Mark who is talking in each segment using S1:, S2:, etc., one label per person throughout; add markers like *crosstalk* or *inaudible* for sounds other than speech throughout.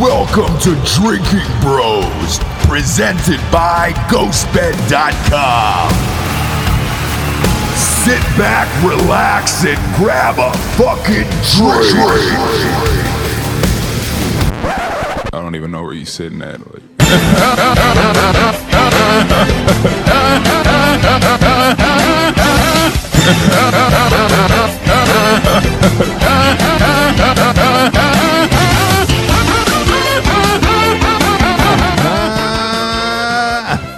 S1: Welcome to Drinking Bros, presented by GhostBed.com. Sit back, relax, and grab a fucking drink.
S2: I don't even know where you're sitting at. Like,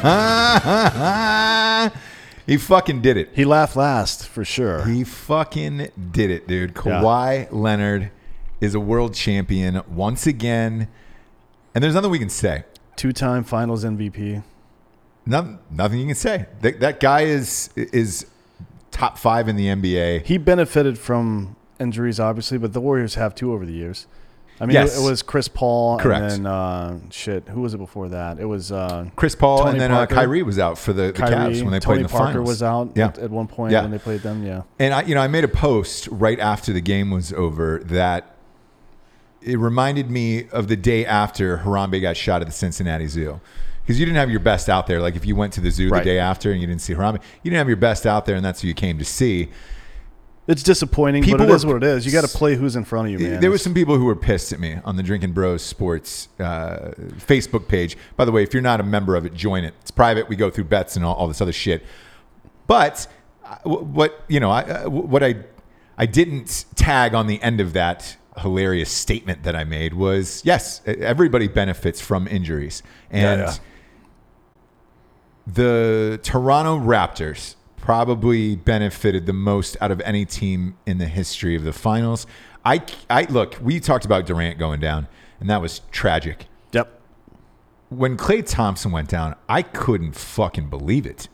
S3: *laughs* he fucking did it.
S4: He laughed last for sure.
S3: He fucking did it, dude. Kawhi Leonard is a world champion once again. And there's nothing we can say.
S4: Two-time Finals MVP.
S3: Nothing, nothing you can say. That, that guy is is top five in the NBA.
S4: He benefited from injuries, obviously, but the Warriors have two over the years. I mean,
S3: Yes.
S4: it, was Chris Paul,
S3: Correct.
S4: and then uh, shit. Who was it before that? It was uh,
S3: Chris Paul
S4: Tony
S3: and then uh,
S4: Parker.
S3: Kyrie was out for the, the Cavs when they played
S4: Tony
S3: in the
S4: Parker
S3: finals.
S4: was out
S3: Yeah.
S4: at, at one point
S3: Yeah.
S4: when they played them. Yeah,
S3: And I, you know, I made a post right after the game was over that it reminded me of the day after Harambe got shot at the Cincinnati Zoo. Because you didn't have your best out there. Like if you went to the zoo the
S4: Right.
S3: day after and you didn't see Harambe, you didn't have your best out there, and that's who you came to see.
S4: it's disappointing,
S3: People
S4: but it
S3: were-
S4: is what it is. You got to play who's in front of you, man.
S3: There was some people who were pissed at me on the Drinking Bros Sports uh, Facebook page. By the way, if you're not a member of it, join it. It's private. We go through bets and all, all this other shit. But uh, wh- what you know, I, uh, wh- what I I didn't tag on the end of that hilarious statement that I made was yes, e- everybody benefits from injuries, and
S4: yeah.
S3: the Toronto Raptors probably benefited the most out of any team in the history of the finals. I, I look, we talked about Durant going down, and that was tragic.
S4: Yep.
S3: When Klay Thompson went down, I couldn't fucking believe it.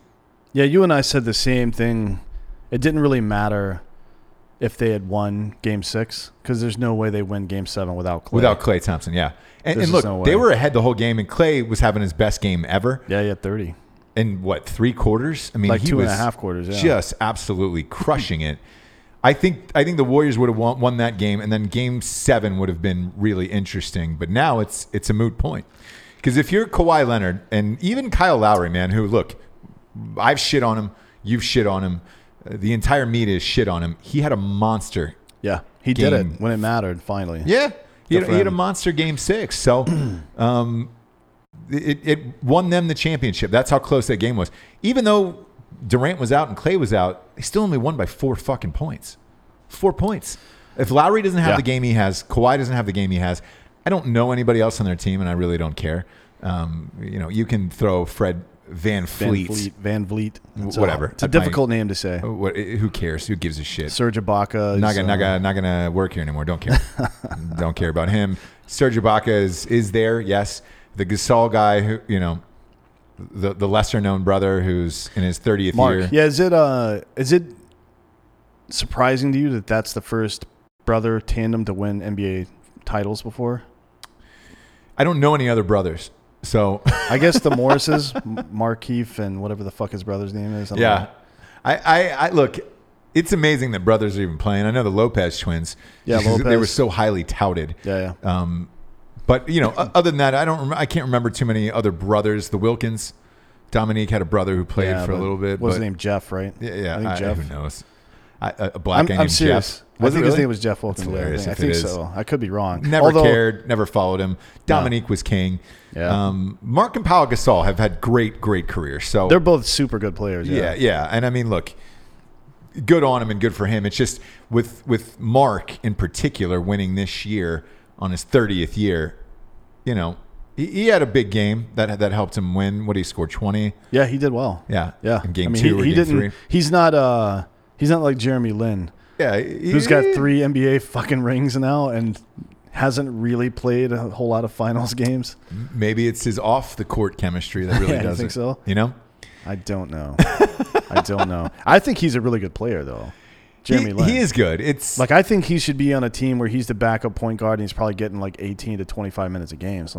S4: Yeah, you and I said the same thing. It didn't really matter if they had won Game Six because there's no way they win Game Seven without Clay.
S3: Without Clay Thompson, yeah. And,
S4: There's
S3: and
S4: just
S3: look,
S4: no way.
S3: they were ahead the whole game, and Clay was having his best game ever
S4: yeah, yeah, thirty.
S3: in what three quarters? I mean,
S4: Like
S3: he
S4: two and a
S3: was
S4: half quarters, yeah.
S3: just absolutely crushing it. I think I think the Warriors would have won, won that game, and then Game Seven would have been really interesting. But now it's it's a moot point because if you're Kawhi Leonard and even Kyle Lowry, man, who look, I've shit on him, you've shit on him, uh, the entire media is shit on him. He had a monster
S4: Yeah, he did
S3: Game-
S4: it when it mattered. Finally.
S3: yeah. He had,
S4: for
S3: he had a
S4: him.
S3: monster game six. So *clears throat* um, it, it won them the championship. That's how close that game was. Even though Durant was out and Clay was out, they still only won by four fucking points. Four points. If Lowry doesn't have
S4: Yeah.
S3: the game he has, Kawhi doesn't have the game he has, I don't know anybody else on their team, and I really don't care. Um, you know, you can throw Fred Van
S4: Van
S3: Fleet.
S4: Vliet. Van Vliet. It's a-
S3: whatever.
S4: It's a
S3: I- Oh.
S4: difficult name to say.
S3: What, who cares? Who gives a shit?
S4: Serge Ibaka. is,
S3: not gonna,
S4: uh,
S3: not gonna, not gonna work here anymore. Don't
S4: *laughs*
S3: care. Don't care about him. Serge Ibaka is is there? Yes. The Gasol guy, who you know, the the lesser known brother who's in his thirtieth year.
S4: Mark. Yeah, is it uh is it surprising to you that that's the first brother tandem to win NBA titles before?
S3: I don't know any other brothers, so *laughs*
S4: I guess the Morrises, M- Markeef and whatever the fuck his brother's name is. I don't
S3: yeah.
S4: know.
S3: I, I I look. It's amazing that brothers are even playing. I know the Lopez twins.
S4: Yeah,
S3: because they
S4: Lopez.
S3: were so highly touted.
S4: Yeah, yeah.
S3: Um, but you know, o- other than that, I don't. Rem- I can't remember too many other brothers. The Wilkins, Dominique had a brother who played
S4: Yeah,
S3: for a
S4: but
S3: little bit.
S4: What's his
S3: but-
S4: name? Jeff, right?
S3: Yeah, yeah.
S4: I think
S3: I-
S4: Jeff.
S3: Who knows? I, a a black
S4: I'm,
S3: guy
S4: I'm
S3: named
S4: serious.
S3: Jeff. Was
S4: I think
S3: it
S4: his
S3: really?
S4: name was Jeff Wilkins.
S3: That's
S4: yeah, I
S3: hilarious
S4: think- I
S3: if it
S4: think
S3: is.
S4: so. I could be wrong.
S3: Never
S4: Although,
S3: cared. Never followed him. Dominique was king.
S4: Yeah.
S3: Um, Mark and Paul Gasol have had great, great careers. So
S4: They're both super good players.
S3: yeah, yeah. And I mean, look, good on him and good for him. It's just with with Mark in particular winning this year on his 30th year, you know, he, he had a big game that that helped him win. What did he score? 20.
S4: Yeah, he did well.
S3: Yeah.
S4: Yeah.
S3: In game
S4: I mean,
S3: two
S4: he,
S3: or
S4: he
S3: game
S4: didn't,
S3: three.
S4: He's not uh he's not like Jeremy Lin,
S3: Yeah. he-
S4: who's got three NBA fucking rings now and hasn't really played a whole lot of finals *laughs* games.
S3: Maybe it's his off the court chemistry that really
S4: *laughs* Yeah, you
S3: does
S4: think
S3: it.
S4: so?
S3: You know,
S4: I don't know. I
S3: *laughs*
S4: don't know. I think he's a really good player though. Jeremy
S3: he,
S4: Lin.
S3: he is good. It's like
S4: Like I think he should be on a team where he's the backup point guard and he's probably getting like 18 to 25 minutes a game, something